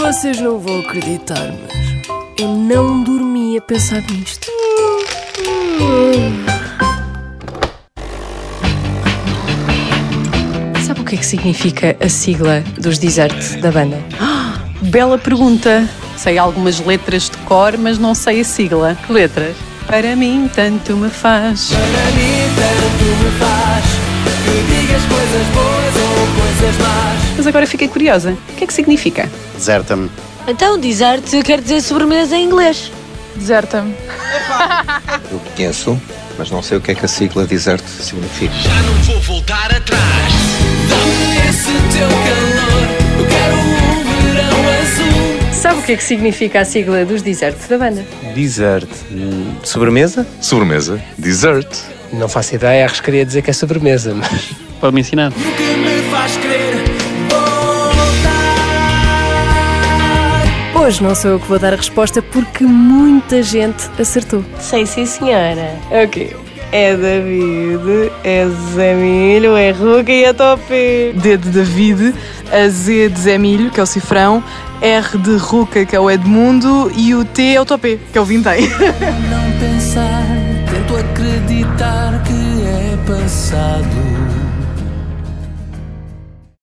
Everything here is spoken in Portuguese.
Vocês não vão acreditar, mas eu não dormi a pensar nisto. Sabe o que é que significa a sigla dos Desert da banda? Bela pergunta. Sei algumas letras de cor, mas não sei a sigla. Que letras? Para mim, tanto me faz. Para mim tanto me faz que digas coisas boas ou coisas más. Mas agora fiquei curiosa. O que é que significa? Deserta-me. Então, desert quer dizer sobremesa em inglês. Deserta-me. Eu conheço, mas não sei o que é que a sigla deserto significa. Já não vou voltar atrás. Dá-me esse teu calor. Eu quero um verão azul. Sabe o que é que significa a sigla dos Desert da banda? Desert. hum, Sobremesa? Sobremesa, dessert. Não faço ideia, acho que queria dizer que é sobremesa, mas Pode me ensinar? E o que me faz querer voltar? Hoje não sou eu que vou dar a resposta porque muita gente acertou. Sei sim, senhora. Ok. É David, é Zé Milho, é Ruca e é Topi. D de David, a Z de Zé Milho, que é o Cifrão, R de Ruca, que é o Edmundo, e o T é o Topé, que é o Vintém. Não pensar, tento acreditar que é passado.